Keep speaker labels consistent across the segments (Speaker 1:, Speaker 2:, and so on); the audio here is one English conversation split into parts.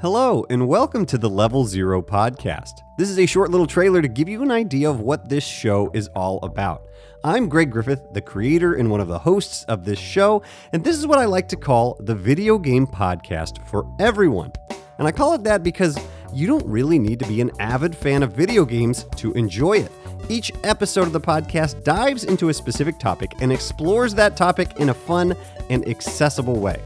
Speaker 1: Hello, and welcome to the Level Zero podcast. This is a short little trailer to give you an idea of what this show is all about. I'm Greg Griffith, the creator and one of the hosts of this show, and this is what I like to call the video game podcast for everyone. And I call it that because you don't really need to be an avid fan of video games to enjoy it. Each episode of the podcast dives into a specific topic and explores that topic in a fun and accessible way.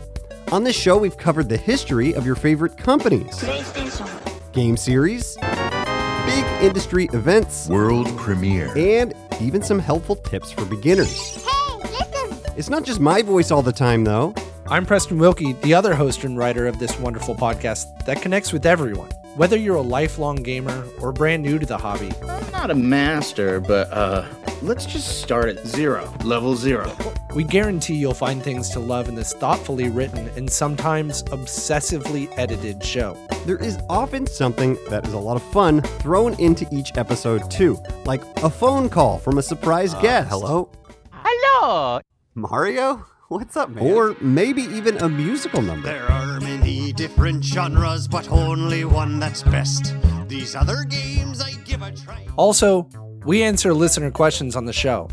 Speaker 1: On this show, we've covered the history of your favorite companies,
Speaker 2: PlayStation,
Speaker 1: game series, big industry events,
Speaker 3: World premiere.
Speaker 1: and even some helpful tips for beginners.
Speaker 2: Hey, listen!
Speaker 1: It's not just my voice all the time, though.
Speaker 4: I'm Preston Wilkie, the other host and writer of this wonderful podcast that connects with everyone. Whether you're a lifelong gamer or brand new to the hobby,
Speaker 5: I'm not a master, but uh, let's just start at zero, level zero.
Speaker 4: we guarantee you'll find things to love in this thoughtfully written and sometimes obsessively edited show.
Speaker 1: There is often something that is a lot of fun thrown into each episode, too, like a phone call from a surprise guest. Hello?
Speaker 6: Hello.
Speaker 1: Mario? What's up, man? Or maybe even a musical number.
Speaker 7: There are many different genres, but only one that's best. These other games I give a try.
Speaker 4: Also, we answer listener questions on the show.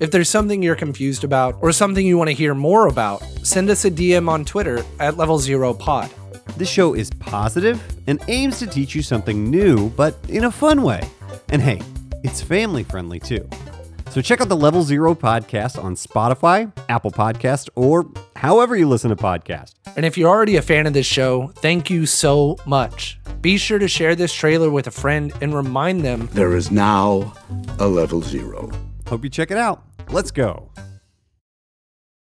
Speaker 4: If there's something you're confused about or something you want to hear more about, send us a DM on Twitter at Level Zero Pod.
Speaker 1: This show is positive and aims to teach you something new, but in a fun way. And hey, it's family friendly too. So check out the Level Zero podcast on Spotify, Apple Podcast, or however you listen to podcasts.
Speaker 4: And if you're already a fan of this show, thank you so much. Be sure to share this trailer with a friend and remind them
Speaker 3: There is now a level zero.
Speaker 1: Hope you check it out. Let's go.